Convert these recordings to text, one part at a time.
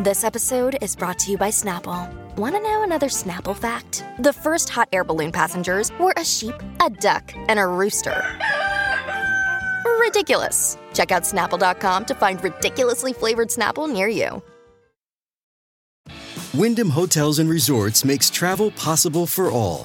This episode is brought to you by Snapple. Want to know another Snapple fact? The first hot air balloon passengers were a sheep, a duck, and a rooster. Ridiculous. Check out snapple.com to find ridiculously flavored Snapple near you. Wyndham Hotels and Resorts makes travel possible for all.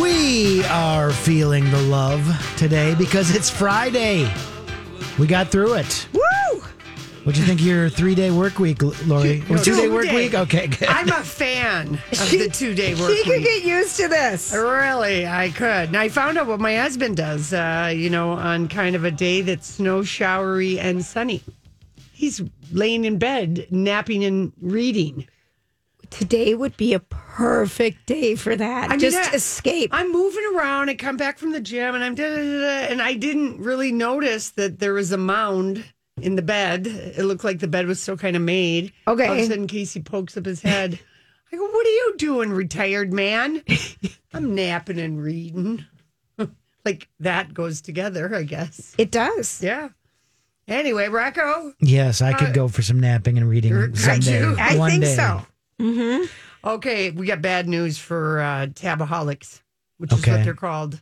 We are feeling the love today because it's Friday. We got through it. Woo! What'd you think of your three day work week, Lori? No, two day two work day. week? Okay, good. I'm a fan of the two day work She could week. get used to this. Really, I could. And I found out what my husband does, uh, you know, on kind of a day that's snow showery and sunny. He's laying in bed, napping and reading. Today would be a perfect day for that. mean, Just I- escape. I'm moving around. I come back from the gym and I'm da, da, da, da, and I didn't really notice that there was a mound in the bed. It looked like the bed was still kind of made. Okay. All of a sudden, Casey pokes up his head. I go, "What are you doing, retired man?" I'm napping and reading. like that goes together, I guess. it does. Yeah. Anyway, Rocco. yes, I could go for some napping and I reading do. someday. Uh, I one think day. so. Okay, we got bad news for uh, tabaholics, which is Okay. what they're called.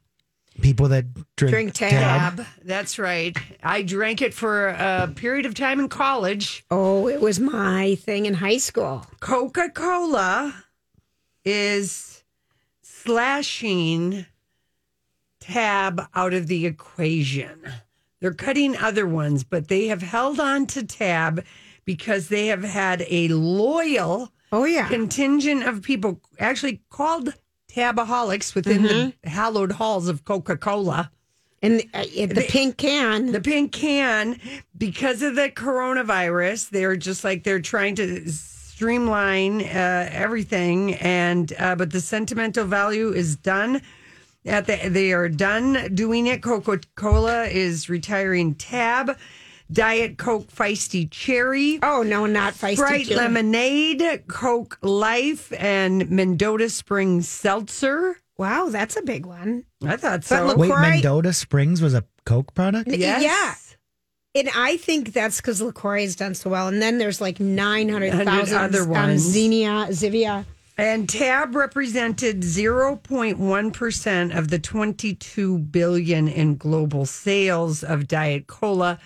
People that drink, Drink tab. Tab. That's right. I drank it for a period of time in college. Oh, it was my thing in high school. Coca Cola is slashing Tab out of the equation. They're cutting other ones, but they have held on to Tab because they have had a loyal Oh, yeah. contingent of people actually called tabaholics within the hallowed halls of Coca Cola. And uh, the, pink can. the pink can because of the coronavirus they're just like they're trying to streamline uh, everything and uh, but the sentimental value is done at the, they are done doing it coca-cola is retiring tab diet coke feisty cherry oh, no, not feisty. Sprite Julie. lemonade, Coke Life, and Mendota Spring Seltzer. Wow, that's a big one. I thought But so. look- Wait, Right. Mendota Springs was a Coke product? Yeah. And I think that's because LaCroix has done so well. And then there's like 900,000 other Um, ones. Xenia, Zivia. And Tab represented 0.1% of the 22 billion in global sales of Diet Cola.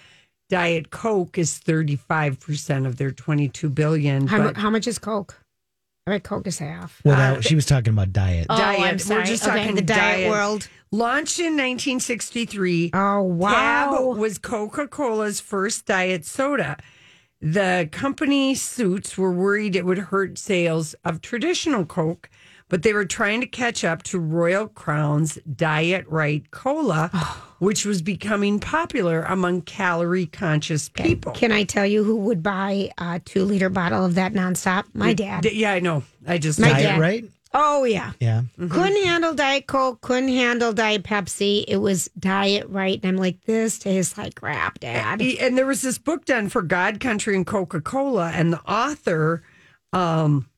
Diet Coke is 35% of their 22 billion. How, mu- but how much is Coke? I bet Coke is half. Well, that, she was talking about diet. Uh, Oh, Diet. I'm sorry. We're just Okay, talking the diet diet. world. launched in 1963, Oh, wow. Tab was Coca Cola's first diet soda. The company suits were worried it would hurt sales of traditional Coke, but they were trying to catch up to Royal Crown's Diet Right Cola, which was becoming popular among calorie conscious people. Can I tell you who would buy a two liter bottle of that nonstop? My dad. D- yeah, I know. I just My diet, dad. right? Oh, yeah. Yeah. Mm-hmm. Couldn't handle Diet Coke, couldn't handle Diet Pepsi. It was Diet Right. And I'm like, this tastes like crap, Dad. He- and there was this book done for God, Country, and Coca Cola, and the author um,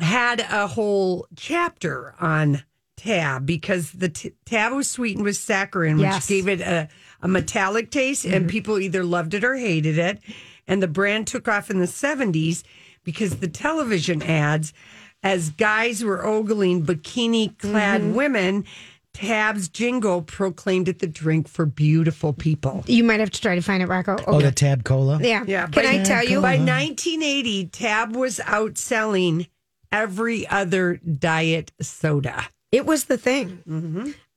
had a whole chapter on tab because the t- tab was sweetened with saccharin, which Yes. gave it a, a metallic taste, and people either loved it or hated it. And the brand took off in the 70s because the television ads, as guys were ogling bikini clad women, Tab's jingle proclaimed it the drink for beautiful people. You might have to try to find it, Rocco. Oh, Okay. the Tab Cola? yeah. Yeah, Can but- I Yeah, tell you? By 1980, Tab was outselling every other diet soda. It was the thing. Mm-hmm.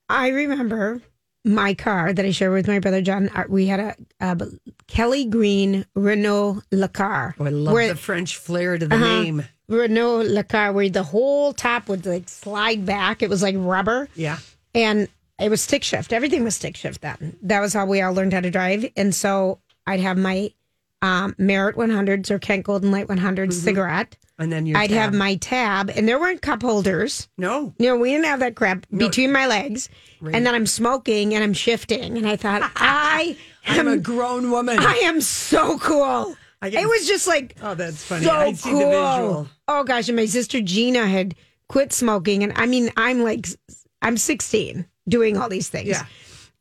I remember my car that I shared with my brother John. uh, We had a, a Kelly Green Renault LeCar. Oh, I love Where- Uh-huh. the French flair to the name. Renault LeCar, where the whole top would like slide back. It was like rubber. Yeah. and it was stick shift. Everything was stick shift then. That was how we all learned how to drive. And so I'd have my um, Merritt 100s or Kent Golden Light 100s cigarette, And then Mm-hmm. your I'd tab. have my tab, and there weren't cup holders. no. No, we didn't have that crap between my legs. And then I'm smoking and I'm shifting. And I thought, I I'm am a grown woman. I am so cool. I get- it was just like Oh, that's funny. So I see the cool. visual. Oh gosh, and my sister Gina had quit smoking, and I mean, I'm like, I'm 16 doing all these things. Yeah.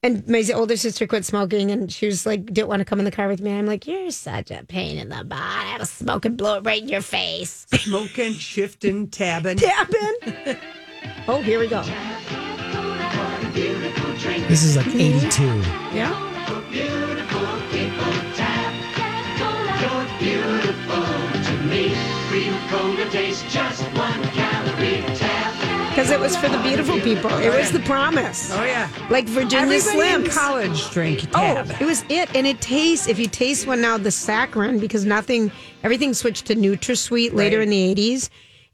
And my older sister quit smoking, and she was like, didn't want to come in the car with me. I'm like, you're such a pain in the butt. I'll smoke and blow it right in your face. Smoking, shifting, tabbing. Dabbing. oh, here we go. This is like 82. Yeah. Because it was for the beautiful people. It was the promise. Oh, yeah. Like Virginia Everybody in Slims. college drank Oh, tab. it was it, and it tastes. If you taste one now, the saccharin, because nothing, everything switched to NutraSweet later in the '80s,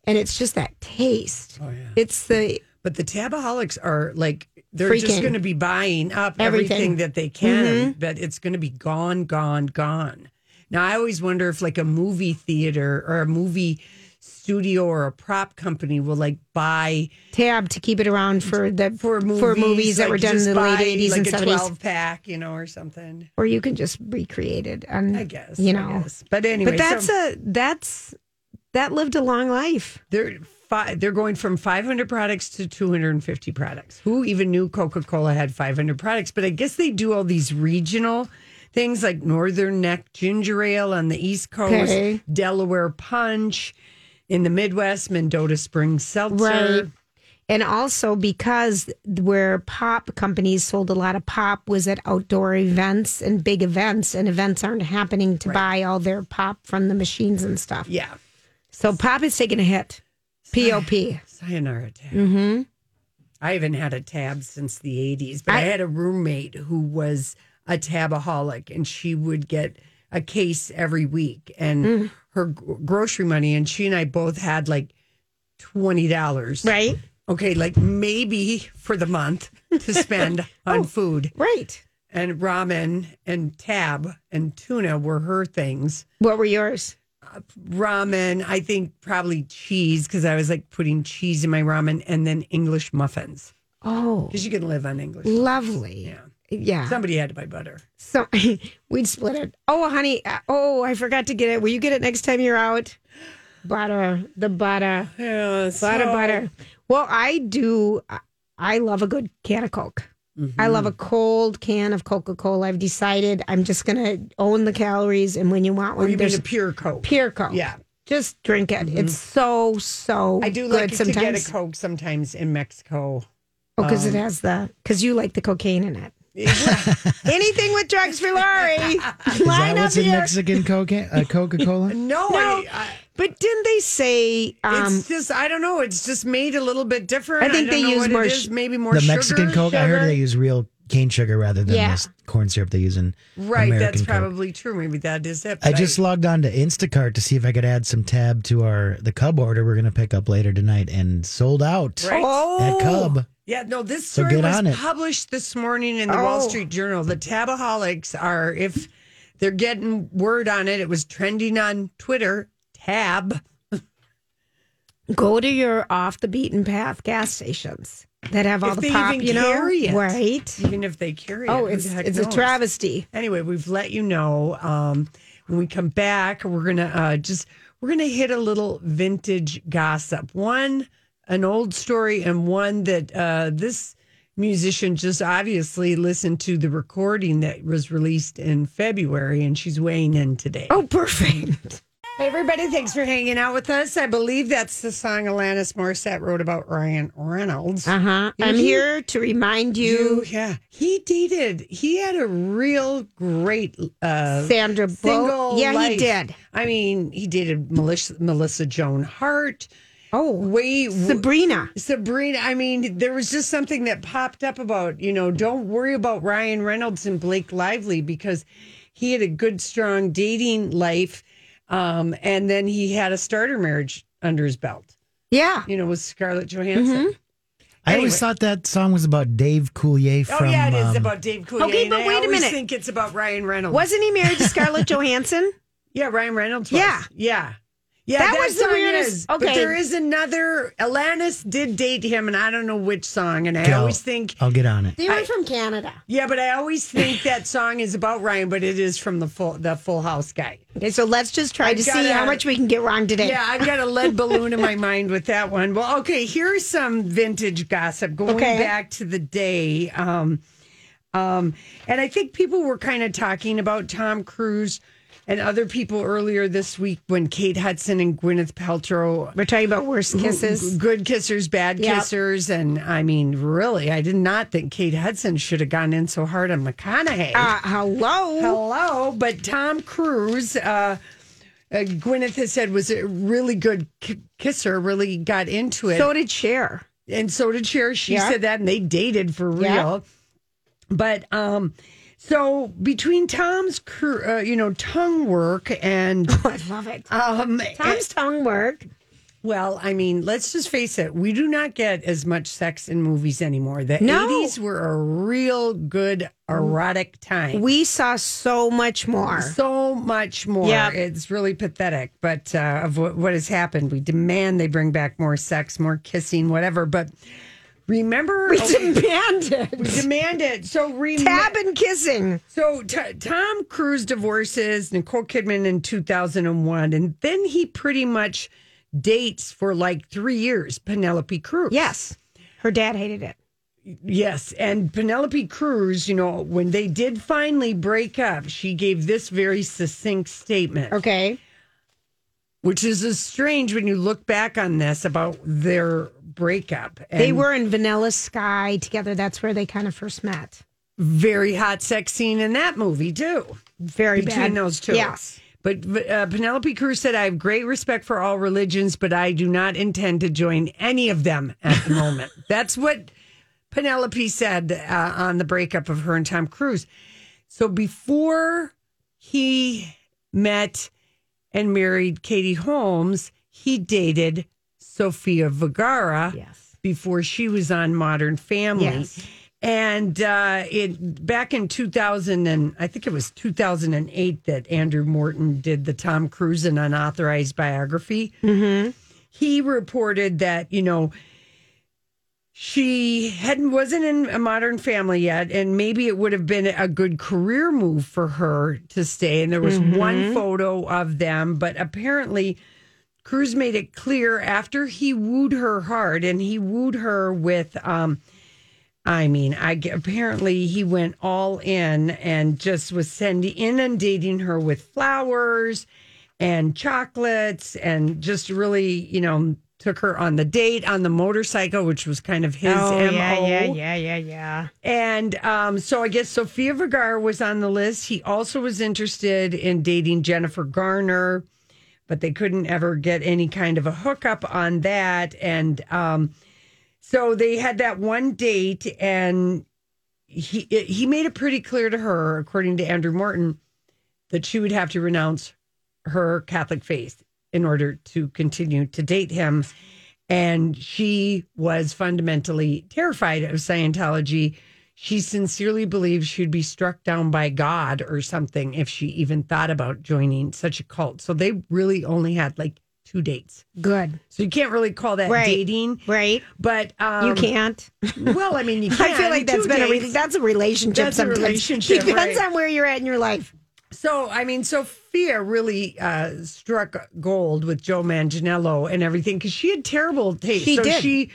and it's just that taste. Oh, yeah. It's the But the tabaholics are like they're just Freaking. going to be buying up everything, Everything. Mm-hmm. that they can, but it's going to be gone, gone, gone. Now I always wonder if like a movie theater or a movie studio or a prop company will like buy tab to keep it around for the for movies, that like, were done in just the buy, late '80s like and a '70s, twelve pack, you know, or something. or you can just recreate it. On, I guess you I know. guess. but anyway, but that's a that's that lived a long life. they're fi- they're going from 500 products to 250 products. Who even knew Coca-Cola had 500 products? But I guess they do all these regional things like Northern Neck Ginger Ale on the East Coast, Okay. Delaware Punch in the Midwest, Mendota Spring Seltzer. Right. And also because where pop companies sold a lot of pop was at outdoor events and big events, and events aren't happening to buy all their pop from the machines and stuff. Yeah. So pop is taking a hit. POP. Sayonara tab. I haven't had a tab since the 80s, but I, I- had a roommate who was a tabaholic and she would get a case every week and her g- grocery money. And she and I both had like $20. Right? Okay, like maybe for the month to spend on food Right. and ramen and tab and tuna were her things What were yours? ramen. I think probably cheese because I was like putting cheese in my ramen, and then English muffins Oh, because you can live on English. lovely. Yeah, Yeah. somebody had to buy butter. So we'd split it. Oh, honey. uh, Oh, I forgot to get it. Will you get it next time you're out? Butter. The butter. Yeah, A lot of butter. Well, I do. I- I love a good can of Coke. I love Mm-hmm. a cold can of Coca Cola. I've decided I'm just going to own the calories. And when you want Or one, you mean there's a pure Coke? pure Coke. Yeah. Mm-hmm. Just drink it. It's so, so I do good like to sometimes. get a Coke Um, sometimes in Mexico. Oh, because it has the, because you like the cocaine in it. Anything with drugs for Lori. Is that Line up what's in here. Mexican cocaine, uh, Coca-Cola? No, No, I, I, but didn't they say um, it's just I don't know. It's just made a little bit different. I think don't they know use what it more is, sh- maybe more The sugar, Mexican Coke? I heard sugar. they use real cane sugar rather than Yeah. this corn syrup they use in Right, American that's Coke. probably true. Maybe that is it. I but just logged on to Instacart to see if I could add some tab to our the Cub order we're going to pick up later tonight, and sold out Right. Oh. at Cub. Yeah, no, this So story get on it. was published this morning in the Wall Oh. Street Journal. The tabaholics are, if they're getting word on it, it was trending on Twitter, tab. go to your off the beaten path gas stations that have all If the they pop, even you know, carry it. right? Even if they carry it. Oh, who it's the heck it's a knows? travesty. Anyway, we've let you know. Um, when we come back, we're gonna uh, just we're gonna hit a little vintage gossip. One, an old story, and one that uh, this musician just obviously listened to the recording that was released in February, and she's weighing in today. Oh, perfect. Hey, everybody, thanks for hanging out with us. I believe that's the song Alanis Morissette wrote about Ryan Reynolds. Uh huh. I'm here to remind You, you, yeah. He dated, he had a real great uh, Sandra single Bullock. Yeah, life. he did. I mean, he dated Melissa, Melissa Joan Hart. Oh, Way, Sabrina. Sabrina, I mean, there was just something that popped up about, you know, don't worry about Ryan Reynolds and Blake Lively because he had a good, strong dating life. Um, and then he had a starter marriage under his belt, Yeah. you know, with Scarlett Johansson. Mm-hmm. I Anyway. always thought that song was about Dave Coulier Oh, from. yeah, it is um, about Dave Coulier. Okay, and but I wait a always minute. think it's about Ryan Reynolds. Wasn't he married to Scarlett Johansson? Yeah, Ryan Reynolds was. Yeah. Yeah. Yeah, That that, was the song weirdest- Is, okay. But there is another. Alanis did date him, and I don't know which song. And I Go. always think, I'll get on it. They were from Canada. yeah, but I always think that song is about Ryan, but it is from the full the Full House guy. Okay, so let's just try I've to got see how a- much we can get wrong today. Yeah, I've got a lead balloon in my mind with that one. Well, okay, here's some vintage gossip going Okay. back to the day. Um, um, and I think people were kind of talking about Tom Cruise and other people earlier this week when Kate Hudson and Gwyneth Paltrow We're talking about worst kisses. good kissers, bad Yep. kissers, and I mean, really, I did not think Kate Hudson should have gone in so hard on McConaughey. Uh, hello. Hello, but Tom Cruise, uh, uh, Gwyneth has said was a really good k- kisser, really got into it, So did Cher. and so did Cher. She Yeah. said that, and they dated for real. Yeah. But um, so between Tom's, cr- uh, you know, tongue work and I love it. um, Tom's tongue work. Well, I mean, let's just face it. We do not get as much sex in movies anymore. The No. 80s were a real good erotic time. We saw so much more. so much more. Yep. It's really pathetic, but uh, of what, what has happened, we demand they bring back more sex, more kissing, whatever. But remember, We oh, we demanded demand it. So remember. tab and kissing. So t- Tom Cruise divorces Nicole Kidman in 2001, and then he pretty much dates for like three years Penelope Cruz. Yes. Her dad hated it. Yes. And Penelope Cruz, you know, when they did finally break up, she gave this very succinct statement, Okay. which is uh, strange when you look back on this about their breakup. And They were in Vanilla Sky together. That's where they kind of first met. very hot sex scene in that movie, too. Very between bad. those two. Yes. But uh, Penelope Cruz said, I have great respect for all religions, but I do not intend to join any of them at the moment. That's what Penelope said uh, on the breakup of her and Tom Cruise. So before he met and married Katie Holmes, he dated Sofia Vergara Yes. before she was on Modern Family. Yes. And uh, it back in 2000 and I think it was 2008 that Andrew Morton did the Tom Cruise and unauthorized biography. Mm-hmm. He reported that you know she hadn't wasn't in a Modern Family yet, and maybe it would have been a good career move for her to stay. And there was one photo of them, but apparently. Cruz made it clear after he wooed her hard, and he wooed her with, um, I mean, I g- apparently he went all in and just was sending inundating her with flowers and chocolates, and just really, you know, took her on the date on the motorcycle, which was kind of his oh, mo. yeah, yeah, yeah, yeah, yeah. And um, so I guess Sofia Vergara was on the list. He also was interested in dating Jennifer Garner, but they couldn't ever get any kind of a hookup on that. And um, so they had that one date, and he he made it pretty clear to her, according to Andrew Morton, that she would have to renounce her Catholic faith in order to continue to date him. And she was fundamentally terrified of Scientology. She sincerely believed she'd be struck down by God or something if she even thought about joining such a cult. So they really only had like two dates. Good. So you can't really call that Right. dating. Right? But um, you can't. Well, I mean, you can. I feel like that's Two been a re- dates. that's a relationship. That's a sometimes. relationship, Depends right. on where you're at in your life. So, I mean, Sophia really uh, struck gold with Joe Manganiello and everything because she had terrible taste. She so did. She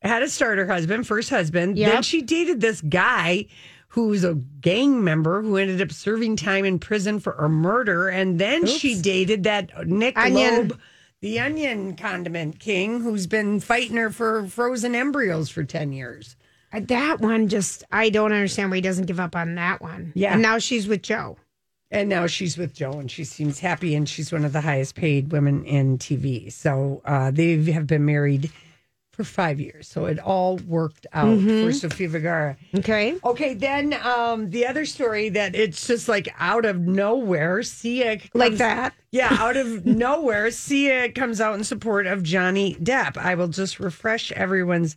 had a starter husband, first husband. Yep. Then she dated this guy who was a gang member who ended up serving time in prison for a murder. And then she dated that Nick Onion. Loeb, the onion condiment king, who's been fighting her for frozen embryos for 10 years. Uh, That one just I don't understand why he doesn't give up on that one. Yeah. And now she's with Joe. And now she's with Joe and she seems happy and she's one of the highest paid women in TV. So uh, they have been married for five years. So it all worked out Mm-hmm. for Sofia Vergara. Okay. Okay, then um, the other story that it's just like out of nowhere, Sia comes- Like that. Yeah, out of nowhere, Sia comes out in support of Johnny Depp. I will just refresh everyone's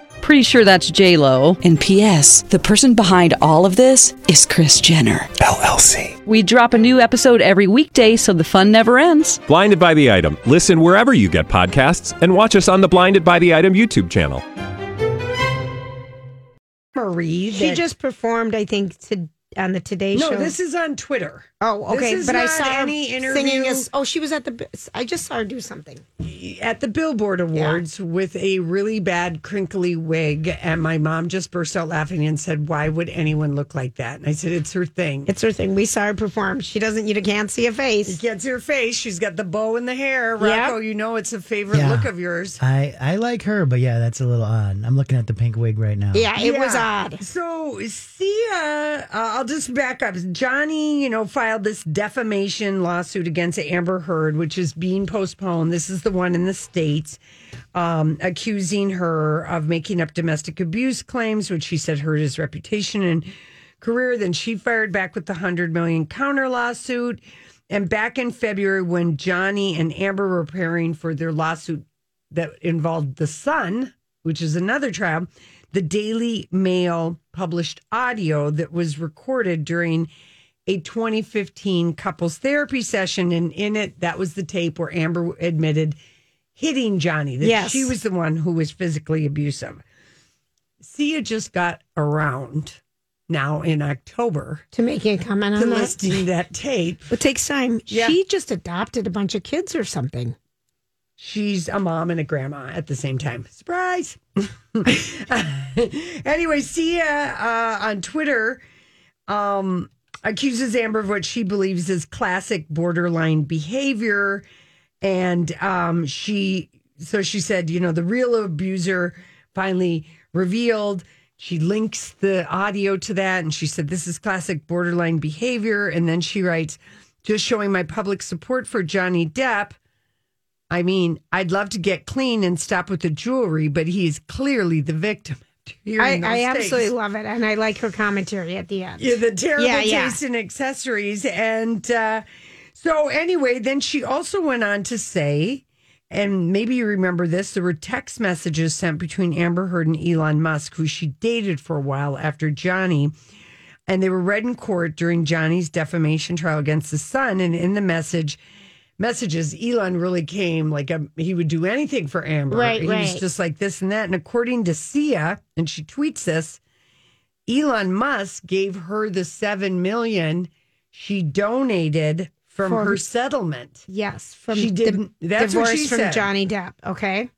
Pretty sure that's J Lo. And P.S. The person behind all of this is Chris Jenner LLC. We drop a new episode every weekday, so the fun never ends. Blinded by the item. Listen wherever you get podcasts, and watch us on the Blinded by the Item YouTube channel. Marie. She that- just performed, I think, to, on the Today no. Show. This is on Twitter. oh, okay. this is but I not saw her any singing. interview. A, oh, she was at the. I just saw her do something. at the Billboard Awards with a really bad crinkly wig, and my mom just burst out laughing and said, "Why would anyone look like that?" And I said, "It's her thing. It's her thing. We saw her perform. She doesn't. You can't see a She face. gets her face. She's got the bow in the hair. Yeah. Rocco, you know it's a favorite Yeah. look of yours." I, I like her, but yeah, that's a little odd. I'm looking at the pink wig right now. Yeah, it was Yeah. odd. So Sia, uh, I'll just back up. Johnny, you know, filed this defamation lawsuit against Amber Heard, which is being postponed. This is the one in the states, um, accusing her of making up domestic abuse claims, which she said hurt his reputation and career. Then she fired back with the hundred million counter lawsuit. And back in February, when Johnny and Amber were preparing for their lawsuit that involved the Sun, which is another trial, the Daily Mail published audio that was recorded during a 2015 couples therapy session. And in it, that was the tape where Amber admitted hitting Johnny, that Yes. she was the one who was physically abusive. Sia just got around now in October To making a comment to on that. listing that tape. It takes time. Yeah. She just adopted a bunch of kids or something. she's a mom and a grandma at the same time. Surprise. anyway, Sia uh, on Twitter um, accuses Amber of what she believes is classic borderline behavior. And um, she, so she said, you know, the real abuser finally revealed. She links the audio to that and she said, this is classic borderline behavior. And then she writes, just showing my public support for Johnny Depp. I mean, I'd love to get clean and stop with the jewelry, but he is clearly the victim. after I, hearing I those absolutely things. love it, and I like her commentary at the end. Yeah, the terrible Yeah, yeah. taste in accessories. And uh, so, anyway, then she also went on to say, and maybe you remember this there were text messages sent between Amber Heard and Elon Musk, who she dated for a while after Johnny. And they were read in court during Johnny's defamation trial against the Sun. And in the message, messages, Elon really came like a, he would do anything for Amber. Right, he was right. just like this and that. And according to Sia, and she tweets this, Elon Musk gave her the seven million she donated from For- her settlement. Yes, from She the didn't- that's what divorce she from said. Johnny Depp. Okay,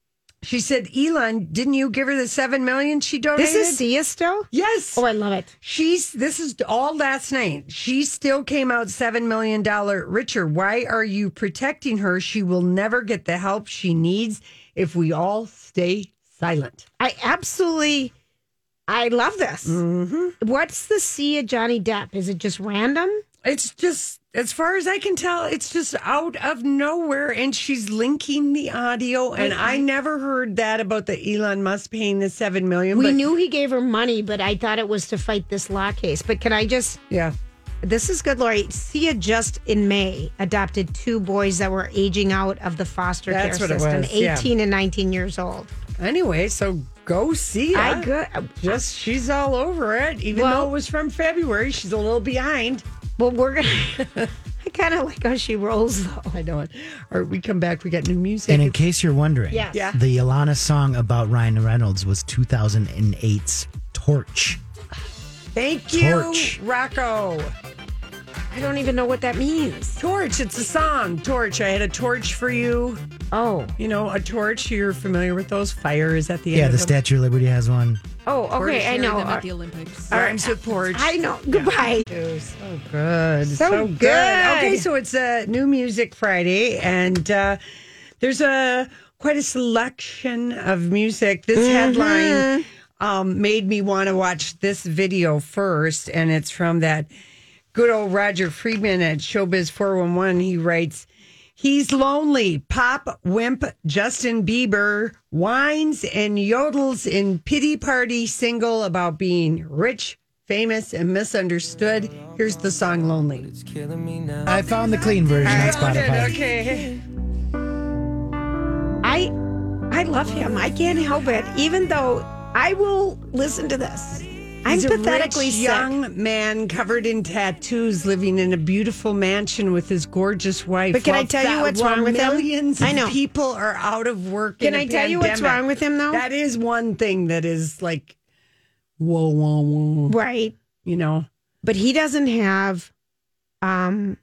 She said, "Elon, didn't you give her the seven million she donated?" this is Sia still. yes. Oh, I love it. She's this is all last night. She still came out seven million dollar richer. Why are you protecting her? She will never get the help she needs if we all stay silent. I absolutely, I love this. Mm-hmm. What's the Sia Johnny Depp? Is it just random? It's just, as far as I can tell, it's just out of nowhere. And she's linking the audio. And I never heard that about the Elon Musk paying the seven million. We but- knew he gave her money, but I thought it was to fight this law case. But can I just? Yeah. This is good, Lori. Sia just in May adopted two boys that were aging out of the foster That's care what it system, was, yeah. 18 and 19 years old. Anyway, so go see her. I good. Just she's all over it. Even Well- though it was from February, she's a little behind. Well, we're gonna. I kind of like how she rolls though. I know it. All right, we come back. We got new music. And in case you're wondering, Yes. Yeah. the Alana song about Ryan Reynolds was 2008's Torch. Thank you, Torch. Rocco. I don't even know what that means. Torch. It's a song. Torch. I had a torch for you. Oh, You know, a torch, you're familiar with those. Fire is at the end. Yeah, of the them. Statue of Liberty has one. oh, okay. I know. At the Olympics. Rhymes with porch. I know. Goodbye. Oh, So good. So, good. Okay, so it's uh, New Music Friday, and uh, there's a quite a selection of music. This Mm-hmm. headline um, made me want to watch this video first, and it's from that good old Roger Friedman at Showbiz 411. He writes, He's lonely. Pop wimp Justin Bieber whines and yodels in pity party single about being rich, famous, and misunderstood. Here's the song Lonely. I found the clean version on Spotify. Okay. I I love him. I can't help it. Even though I will listen to this. I'm He's pathetically a rich, sick. young man covered in tattoos, living in a beautiful mansion with his gorgeous wife. But can I while tell you thou- what's wrong while with him? millions I know. of people are out of work. Can in a I tell you what's pandemic. wrong with him, though? That is one thing that is like, whoa, whoa, whoa. Right. You know, But he doesn't have um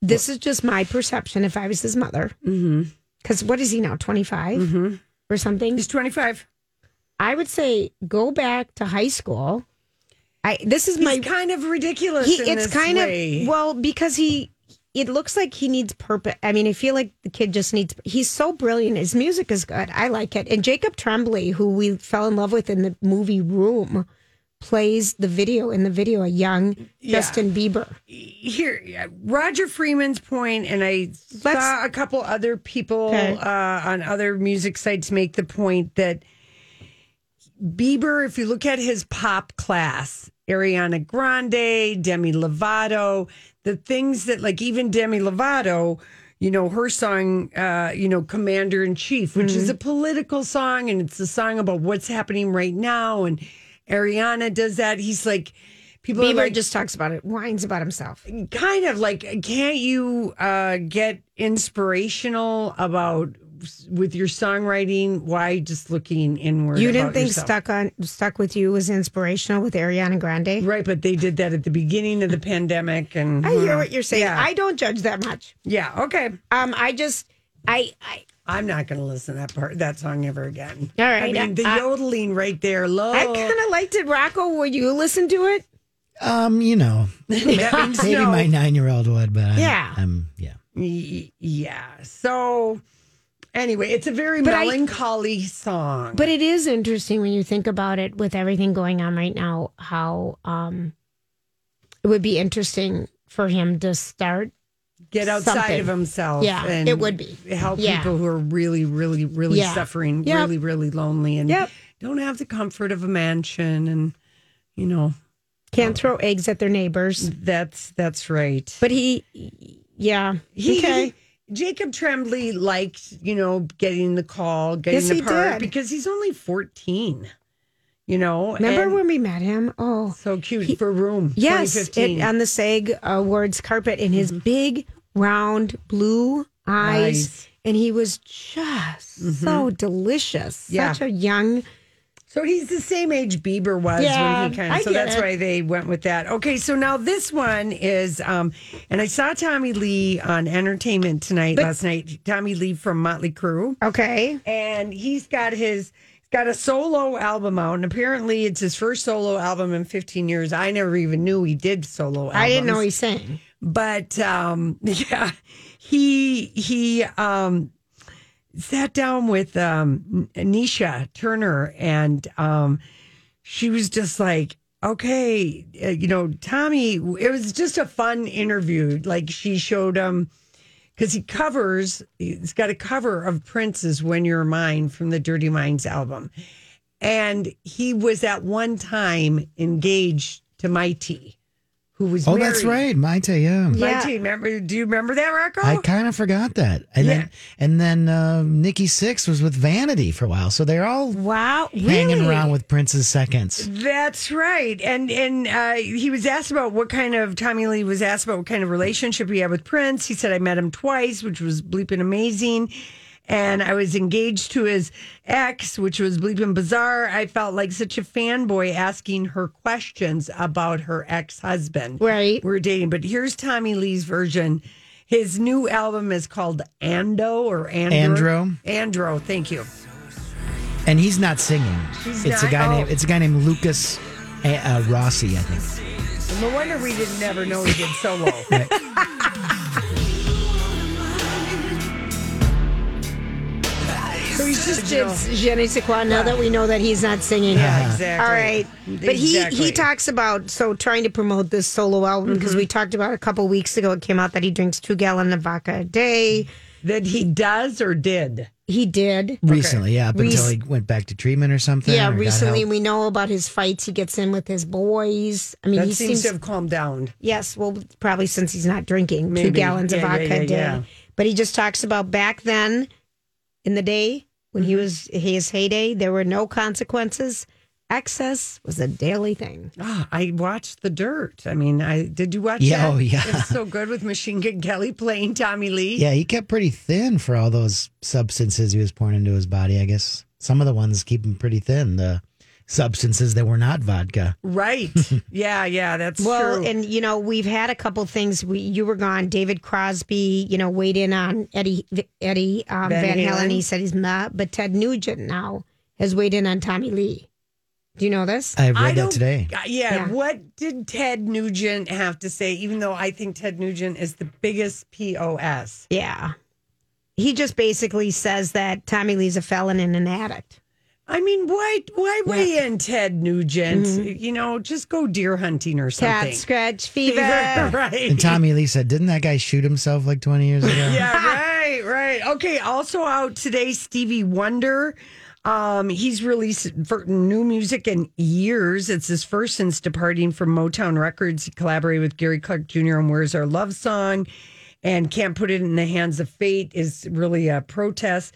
this is just my perception if I was his mother. Mhm. Cuz what is he now? 25 Mm-hmm. or something? he's twenty five. I would say go back to high school. I this is He's my kind of ridiculous. he, in it's this kind way. of well because he it looks like he needs purpose i mean i feel like the kid just needs he's so brilliant his music is good i like it and jacob tremblay who we fell in love with in the movie room plays the video in the video a young justin bieber here yeah, roger freeman's point and i saw a couple other people Okay. uh, on other music sites make the point that bieber if you look at his pop class ariana grande demi lovato the things that like even demi lovato you know her song uh you know commander in chief which Mm-hmm. is a political song and it's a song about what's happening right now and ariana does that he's like people are bieber like, just talks about it whines about himself kind of like can't you uh, get inspirational about with your songwriting why just looking inward you didn't about think yourself? stuck on stuck with you was inspirational with ariana grande right but they did that at the beginning of the pandemic and i hear what you're saying Yeah. i don't judge that much yeah okay um i just i i i'm not gonna listen to that part that song ever again All i right, mean the uh, yodeling right there low i kind of liked it rocco would you listen to it Um, you know, that means maybe no. my nine-year-old would, but I'm, Yeah. I'm yeah. Y- yeah so anyway it's a very But I- melancholy song But it is interesting when you think about it with everything going on right now, how um, it would be interesting for him to start. get outside something. of himself. Yeah, and it would be. help Yeah. people who are really, really, really Yeah. suffering, Yep. really, really lonely, and Yep. don't have the comfort of a mansion. And you know, Can't throw eggs at their neighbors. that's that's right. But he, yeah. He, Jacob Tremblay liked, you know, getting the call, getting Yes, the he part did. because he's only fourteen. You know, Remember and when we met him? Oh, so cute for room. yes. It, 2015. on the SAG Awards carpet in his Mm-hmm. big, round, blue eyes. Eyes. Mm-hmm. And he was just so delicious. Yeah. Such a young. So he's the same age Bieber was Yeah, when he kind of. I so get that's it. why they went with that. Okay, so now this one is, um, and I saw Tommy Lee on Entertainment Tonight last night. Tommy Lee from Motley Crue, Okay. and he's got his he's got a solo album out, and apparently it's his first solo album in 15 years. I never even knew he did solo. Albums I didn't know he sang. but um yeah he he um sat down with um nisha turner and um she was just like okay uh, you know tommy it was just a fun interview like she showed him because he covers he's got a cover of prince's when you're mine from the dirty minds album and he was at one time engaged to mighty who was Oh, married that's right, Maite. Yeah, my Yeah. team. Remember, do you remember that, Rocco? I kind of forgot that. And then and then uh, Nikki Six was with Vanity for a while, so they're all Wow. hanging really? around with Prince's seconds. That's right. And and uh, he was asked about what kind of Tommy Lee was asked about what kind of relationship he had with Prince. He said I met him twice, which was bleeping amazing. And I was engaged to his ex, which was bleeping bizarre. I felt like such a fanboy asking her questions about her ex husband. Right. We're dating. But here's Tommy Lee's version. His new album is called Ando or Andro. Andro. Andro. Thank you. and he's not singing. He's it's not? a guy Oh. named it's a guy named Lucas uh, uh, Rossi, I think. No wonder we didn't ever know he did solo. so he's just Did je ne sais quoi, now that we know that he's not singing. Yeah, exactly. All right. But he, Exactly. he talks about so trying to promote this solo album because we talked about a couple weeks ago it came out that he drinks two gallon of vodka a day. that he does or did. He did. Recently, yeah, up Rec- until he went back to treatment or something. Yeah, or got recently help. we know about his fights he gets in with his boys. I mean, That he seems, to have calmed down. Yes, well, probably since he's not drinking Maybe. two gallons of Yeah, yeah, vodka yeah, a day. yeah. But he just talks about back then in the day when Mm-hmm. he was his heyday, there were no consequences. Excess was a daily thing. Ah, I watched The Dirt. I mean, I did you watch Yeah, that? oh, yeah. It's so good with Machine Gun Kelly playing Tommy Lee. Yeah, he kept pretty thin for all those substances he was pouring into his body. I guess some of the ones keep him pretty thin. The substances that were not vodka. Right. yeah, yeah, that's Well, true. and you know, we've had a couple things. We you were gone. David Crosby, you know, weighed in on Eddie Eddie um, Van Van, Halen. Halen. He said he's not, but Ted Nugent now has weighed in on Tommy Lee. Do you know this? I read I that don't- today. Uh, yeah, Yeah. What did Ted Nugent have to say? Even though I think Ted Nugent is the biggest POS. Yeah. He just basically says that Tommy Lee's a felon and an addict. I mean, why why weigh in Ted Nugent? You know, just go deer hunting or something. Cat scratch fever. And right. Tommy Lee said, "Didn't that guy shoot himself like 20 years ago?" yeah, right, right. Okay, also out today, Stevie Wonder. Um, he's released for new music in years. It's his first since departing from Motown Records. He collaborated with Gary Clark Jr. on Where's Our Love Song and Can't Put It in the Hands of Fate is really a protest,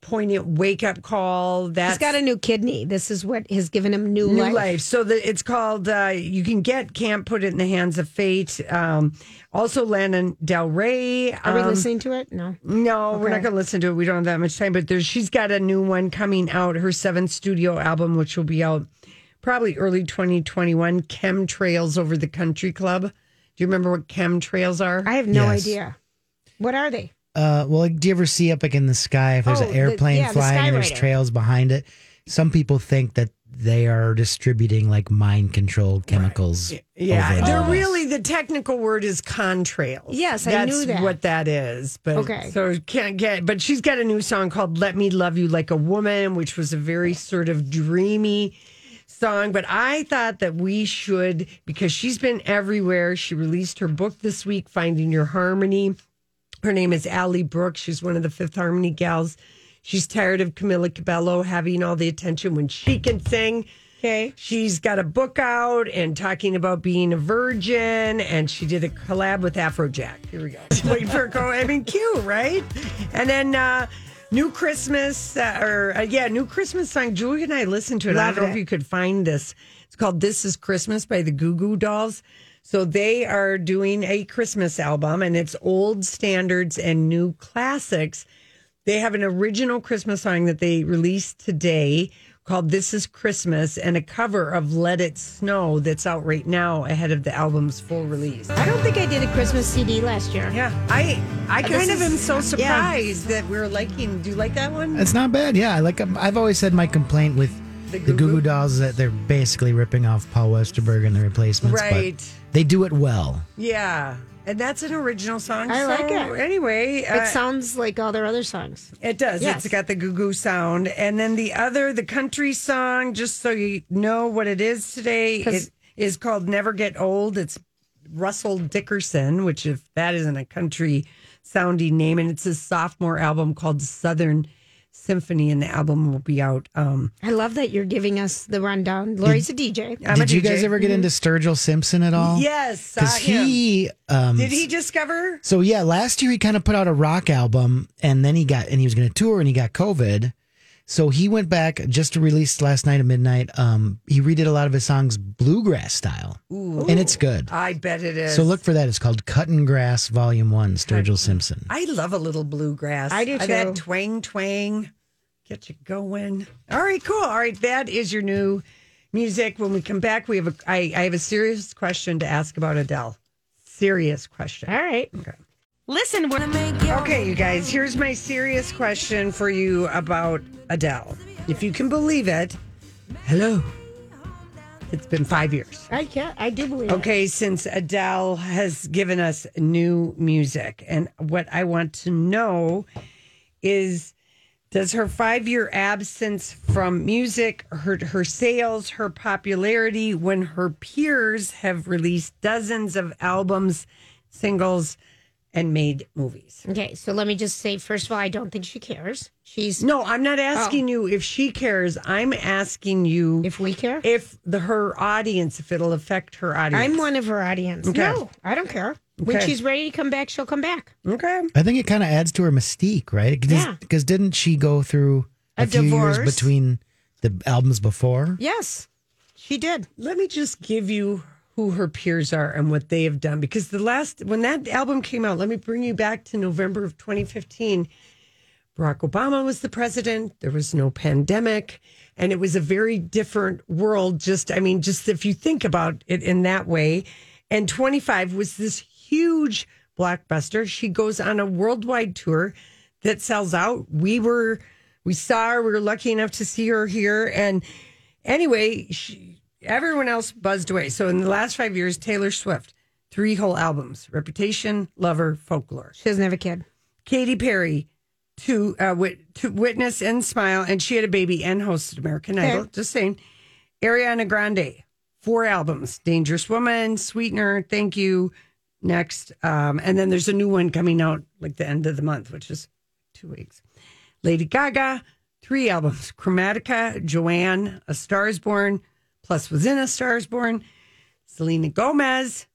poignant wake up call. That's He's got a new kidney. This is what has given him new, New life. life. So the, it's called, uh, you can get Can't Put It in the Hands of Fate. Um, also, Landon Del Rey. Are we um, listening to it? No. No, we're not Okay. going to listen to it. We don't have that much time. But there's, she's got a new one coming out, her seventh studio album, which will be out probably early 2021. Chemtrails over the country club. Do you remember what chemtrails are? I have no Yes. idea. What are they? Uh, well, like, do you ever see up like in the sky if there's Oh, an the- airplane yeah, the flying and there's Skywriter. trails behind it? Some people think that they are distributing like mind controlled chemicals. yeah, over they're all of us. really the technical word is contrails. Yes, I That's knew that. what that is. But Okay. so can't get. But she's got a new song called "Let Me Love You Like a Woman," which was a very sort of dreamy song. But I thought that we should because she's been everywhere. She released her book this week, "Finding Your Harmony." Her name is Allie Brooks. She's one of the Fifth Harmony gals. She's tired of Camila Cabello having all the attention when she can sing. Okay. She's got a book out and talking about being a virgin, and she did a collab with Afrojack. Here we go. Wait for go. I mean, cute, right? And then uh, new Christmas, uh, or uh, yeah, new Christmas song. Julie and I listened to it. I don't Loved know if it. you could find this. It's called "This Is Christmas" by the Goo Goo Dolls. So they are doing a Christmas album, and it's old standards and new classics. They have an original Christmas song that they released today called This Is Christmas and a cover of Let It Snow that's out right now ahead of the album's full release. I don't think I did a Christmas CD last year. Yeah. I I kind of am so yeah. surprised that we're liking do you like that one? It's not bad. Yeah, like um, I've always said, my complaint with the Goo Goo Dolls is that they're basically ripping off Paul Westerberg and the Replacements. but Right. they do it well. Yeah. And that's an original song. I like so it. Anyway, uh, It sounds like all their other songs. It does. Yes. It's got the goo goo sound. And then the other, the country song, just so you know what it is today, it 'Cause- is called Never Get Old. It's Russell Dickerson, which, if that isn't a country sounding name, and it's his sophomore album called Southern Symphony, and the album will be out. Um, I love that you're giving us the rundown. Lori's a DJ. I'm a Did you DJ. guys ever get into Sturgill Simpson at all? Yes. because I am. he um, Did he discover? So yeah, last year he kind of put out a rock album, and then he got and he was going to tour, and he got COVID. So he went back just released last night at midnight. Um, he redid a lot of his songs bluegrass style, and it's good. I bet it is. So look for that. It's called Cutting Grass Volume One, Sturgill Simpson. I love a little bluegrass. I do, That too. twang twang. Get you going. All right, cool. All right, that is your new music. When we come back, we have a I, I have a serious question to ask about Adele. Serious question. All right. Listen, we're Okay, you guys, here's my serious question for you about Adele. If you can believe it, hello. It's been five years. I can't. I do believe. it. Okay, since Adele has given us new music. And what I want to know is does her five year absence from music hurt her sales, her popularity when her peers have released dozens of albums, singles, and made movies? Okay, so let me just say first of all, I don't think she cares. She's No, I'm not asking you if she cares. I'm asking you Oh. if we care. if the her audience, if it'll affect her audience. I'm one of her audience. Okay. No, I don't care. When Okay. she's ready to come back, she'll come back. Okay. I think it kind of adds to her mystique, right? Yeah. Because didn't she go through a, A few divorce. years between the albums before? Yes, she did. Let me just give you who her peers are and what they have done because the last when that album came out, let me bring you back to November of 2015. Barack Obama was the president. There was no pandemic. And it was a very different world. Just, I mean, just if you think about it in that way. And 25 was this huge blockbuster. She goes on a worldwide tour that sells out. We were, we saw her. We were lucky enough to see her here. And anyway, she, everyone else buzzed away. So in the last five years, Taylor Swift, three whole albums Reputation, Lover, Folklore. She doesn't have a kid. Katy Perry to uh, wit- to witness and smile, and she had a baby and hosted American Idol. Just saying. Ariana Grande, four albums: Dangerous Woman, Sweetener, Thank You, next, um, and then there's a new one coming out like the end of the month, which is two weeks. Lady Gaga, three albums: Chromatica, Joanne, A Star Is Born, plus Within A Star Is Born, Selena Gomez,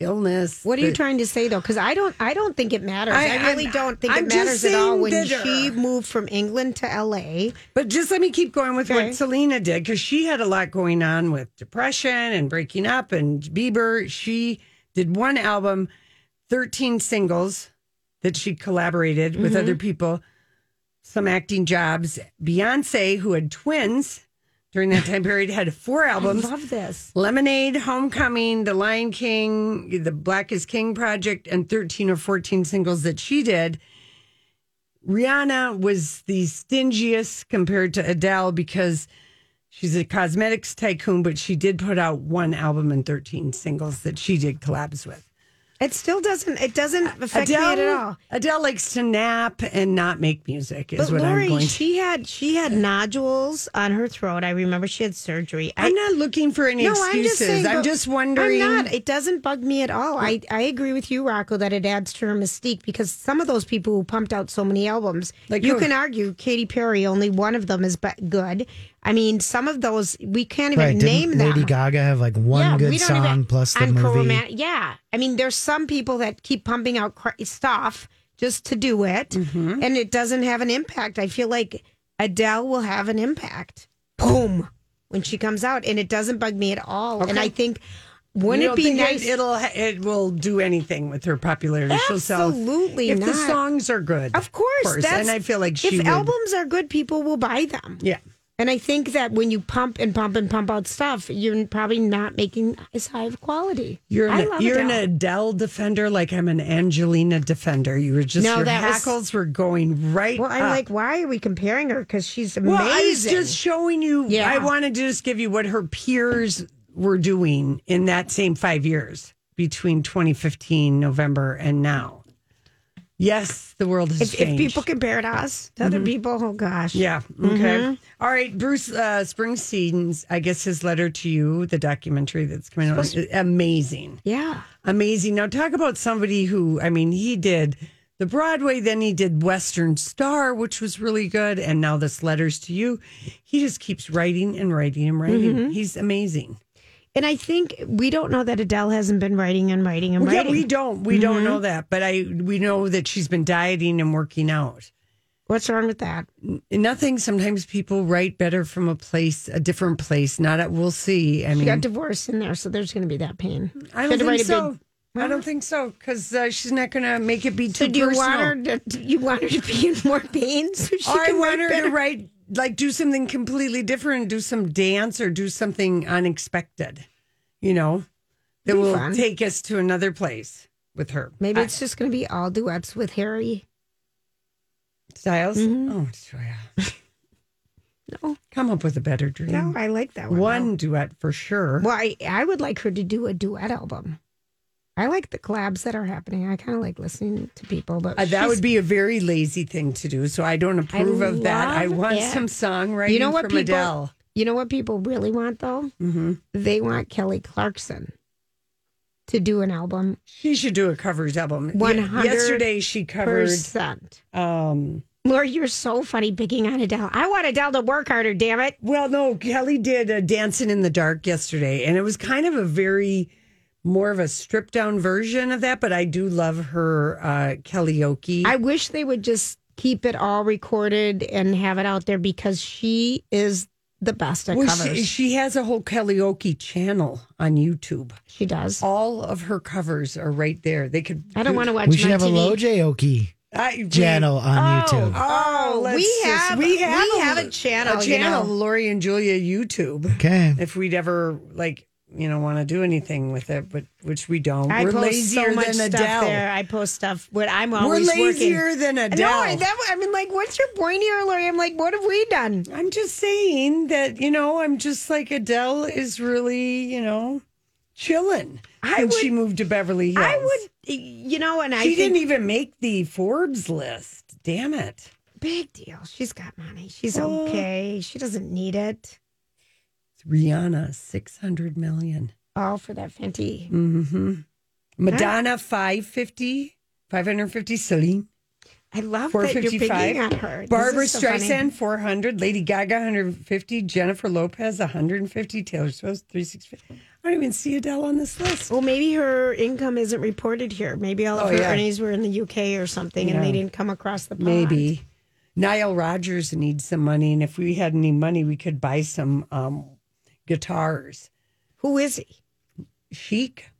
Illness. What are you The- trying to say though? Because I don't, I don't think it matters. I- I, really I'm- don't think I'm it just matters at all saying when that she her- moved from England to L.A. But just let me keep going with Okay. what Selena did because she had a lot going on with depression and breaking up and Bieber. She did one album, 13 singles that she collaborated with other people, some acting jobs. Beyonce, who had twins during that time period, had four albums. Love this. Lemonade, Homecoming, The Lion King, The Black is King Project, and 13 or 14 singles that she did. Rihanna was the stingiest compared to Adele because she's a cosmetics tycoon, but she did put out one album and 13 singles that she did collabs with. It still doesn't. It doesn't affect me at all. Adele likes to nap and not make music, is But what I'm Lori, going to. she had she had nodules on her throat. I remember she had surgery. I, I'm not looking for any excuses. I'm just, but wondering. I'm not. It doesn't bug me at all. I, I agree with you, Rocco, that it adds to her mystique because some of those people who pumped out so many albums, Like you who? can argue Katy Perry, only one of them is be- good. I mean, some of those we can't even Right? name Didn't them. Lady Gaga have like one good song plus the on movie? Chromat- yeah, I mean, there's some people that keep pumping out cr- stuff just to do it, Mm-hmm. and it doesn't have an impact. I feel like Adele will have an impact. Boom, when she comes out, and it doesn't bug me at all. And I think, wouldn't it You don't be think nice? It, will it will do anything with her popularity. She'll sell Absolutely if the not. songs are good, of course, that's, and I feel like she if would. albums are good, people will buy them. yeah. And I think that when you pump and pump and pump out stuff, you're probably not making as high of quality. You're I an, love you're an Adele. Adele defender, like I'm an Angelina defender. You were just No, your that was- hackles were going right. Well, I'm up. like, why are we comparing her? Because she's amazing. well, I was just showing you. Yeah. I wanted to just give you what her peers were doing in that same five years between 2015 November and now. Yes, the world has if, if changed. people compared us to other people, oh gosh. Mm-hmm. Yeah. Okay. Mm-hmm. All right. Bruce uh, Springsteen's, I guess his letter to you, the documentary that's coming out, is amazing. Yeah. Amazing. Now, talk about somebody who, I mean, he did the Broadway, then he did Western Star, which was really good. And now this letters to you. He just keeps writing and writing and writing. Mm-hmm. He's amazing. And I think we don't know that Adele hasn't been writing and writing and Well, yeah, writing. we don't, we Mm-hmm. don't know that, but I, we know that she's been dieting and working out. What's wrong with that? Nothing. Sometimes people write better from a place, a different place. Not at. We'll see. I She mean, got divorced in there, so there's going to be that pain. Mm. I She don't had to write think a so. big- I don't think so because uh, she's not going to make it be too So do you personal. want her? To, do you want her to be in more pain so she or I can want write her better? to write like do something completely different, do some dance or do something unexpected. You know, that Be will fun. take us to another place. with her. Maybe it's just going to be all duets with Harry. Styles. Oh, Joya. Mm-hmm. No. Come up with a better dream. No, I like that Mm. one. One duet for sure. Well, I, I would like her to do a duet album. I like the collabs that are happening. I kind of like listening to people, but Uh, that she's- would be a very lazy thing to do, so I don't approve of that. I love want it. some songwriting you know what from people, Adele. You know what people really want though? Mhm. They want Kelly Clarkson to do an album. She should do a covers album. Ye- 100 Yesterday she covered. Percent. Um, Laura, you're so funny picking on Adele. I want Adele to work harder. Damn it! well, no, Kelly did a Dancing in the Dark yesterday, and it was kind of a very more of a stripped down version of that. But I do love her uh, karaoke. I wish they would just keep it all recorded and have it out there because she is the best at Well, covers. she, she has a whole karaoke channel on YouTube. She does. All of her covers are right there. They could. I don't want to watch. we should my have a TV. low Oki I- we- channel on YouTube. Oh, let's we just- have- we have we have a channel, a you channel, know. Lori and Julia YouTube. Okay. If we'd ever like, you know, want to do anything with it, but which we don't. I We're post lazier so much than stuff Adele. there. I post stuff, but I'm We're always lazier working. than No, Adele. I, that, I mean, like, what's your point here, Lori? I'm like, what have we done? I'm just saying that you know, I'm just like Adele is really, you know, chilling. I since she would- moved to Beverly Hills. I would, you know, and I She think, didn't even make the Forbes list. Damn it. big deal. She's got money. She's Well- okay. She doesn't need it. Rihanna, 600 million. All for that Fenty. Mm-hmm. Madonna, 550, 550. Celine, I love that you're picking on her. 455. This Barbara is so funny. Streisand, 400. Lady Gaga, 150. Jennifer Lopez, 150. Taylor Swift, 365. I don't even see Adele on this list. Well, maybe her income isn't reported here. Maybe all of Oh, her yeah. earnings were in the UK or something, and they didn't come across the pond. Maybe. Nile Rodgers needs some money. And if we had any money, we could buy some um, guitars. Who is he? Chic.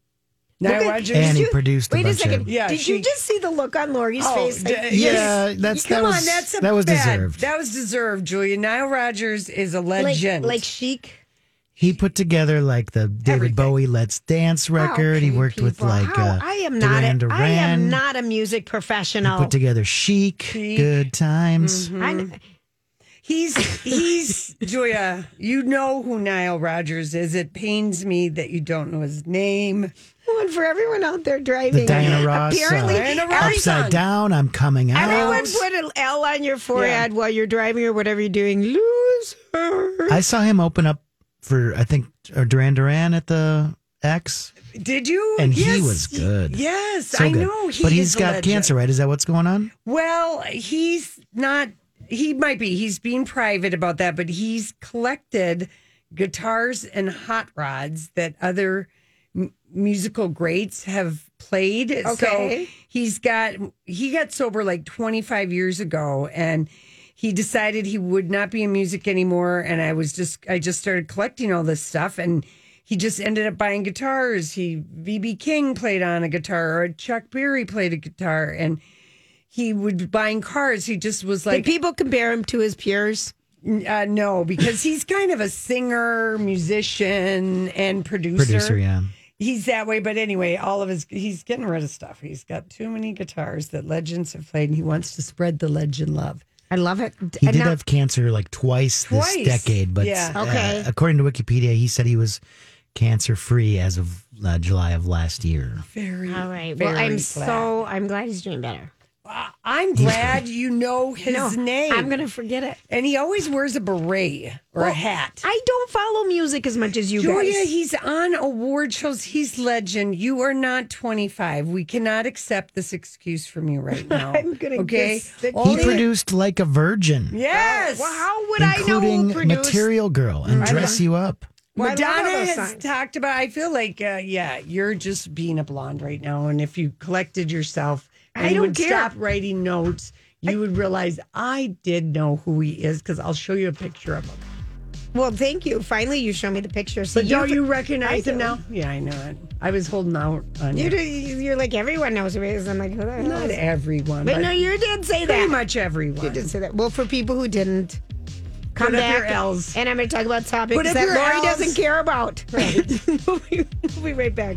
Look Nile at- Rodgers. And he produced a Wait a bunch of- second. Yeah, Did she- you just see the look on Lori's Oh, face? Like, d- Yeah, that's Come that was on, that's a that was bad- deserved. That was deserved, Julia. Nile Rodgers is a like, legend. like chic. he put together like the David Everything. Bowie "Let's Dance" record. he Oh, Okay, worked with people. like How- uh, I am not Duran a, I am Duran. not a music He professional. put together "Chic,", Chic. "Good Times." I'm- Hmm. he's he's Julia. You know who Nile Rodgers is. It pains me that you don't know his name. Well, and for everyone out there driving, The Diana Ross, apparently uh, Diana Ross. Upside down, I'm coming out. everyone put an L on your forehead while you're driving or whatever you're doing. Loser. I saw him open up for I think or Duran Duran at the X, Did you? and Yes. he was good. Yes, so I good. know. He but is he's a got legend. cancer, right? Is that what's going on? Well, he's not. He might be. He's being private about that, but he's collected guitars and hot rods that other m- musical greats have played. Okay. So he's got. He got sober like 25 years ago, and he decided he would not be in music anymore. And I was just. I just started collecting all this stuff and. He just ended up buying guitars. He BB King played on a guitar, or Chuck Berry played a guitar, and he would be buying cars. He just was Did like, people compare him to his peers? uh, no, because he's kind of a singer, musician, and producer. Producer, yeah. He's that way. But anyway, all of his, he's getting rid of stuff. He's got too many guitars that legends have played, and he wants to spread the legend love. I love it. He And did now- have cancer like twice, Twice. this decade, but Yeah. uh, Okay. according to Wikipedia, he said he was cancer free as of uh, July of last year. Very, All right. very Well, I'm glad. so I'm glad he's doing better. I- I'm glad you know his name. I'm gonna forget it. and he always wears a beret or a hat. I don't follow music as much as you Julia, guys. he's on award shows. He's legend. You are not 25. We cannot accept this excuse from you right now. I'm gonna okay. get sick. Only- he produced like a virgin, Yes. Well, how would I know including who produced? Material Girl and Mm-hmm. Dress You Up. Well, I love all Madonna those has songs. talked about. I feel like, uh, yeah, you're just being a blonde right now. And if you collected yourself and I don't would care. stop writing notes, you would realize I did know who he is because I'll show you a picture of him. Well, thank you. Finally, you show me the picture. So But don't you recognize I him do. now? Yeah, I know it. I was holding out on You you. do, you're like everyone knows who it is. I'm like, who the hell is- Not everyone, But but, no, you did say pretty that. much everyone. You did say that. Well, for people who didn't, come Put up back your L's. and I'm going to talk about topics Put up that your Lori L's. doesn't care about. Right. we'll be right back.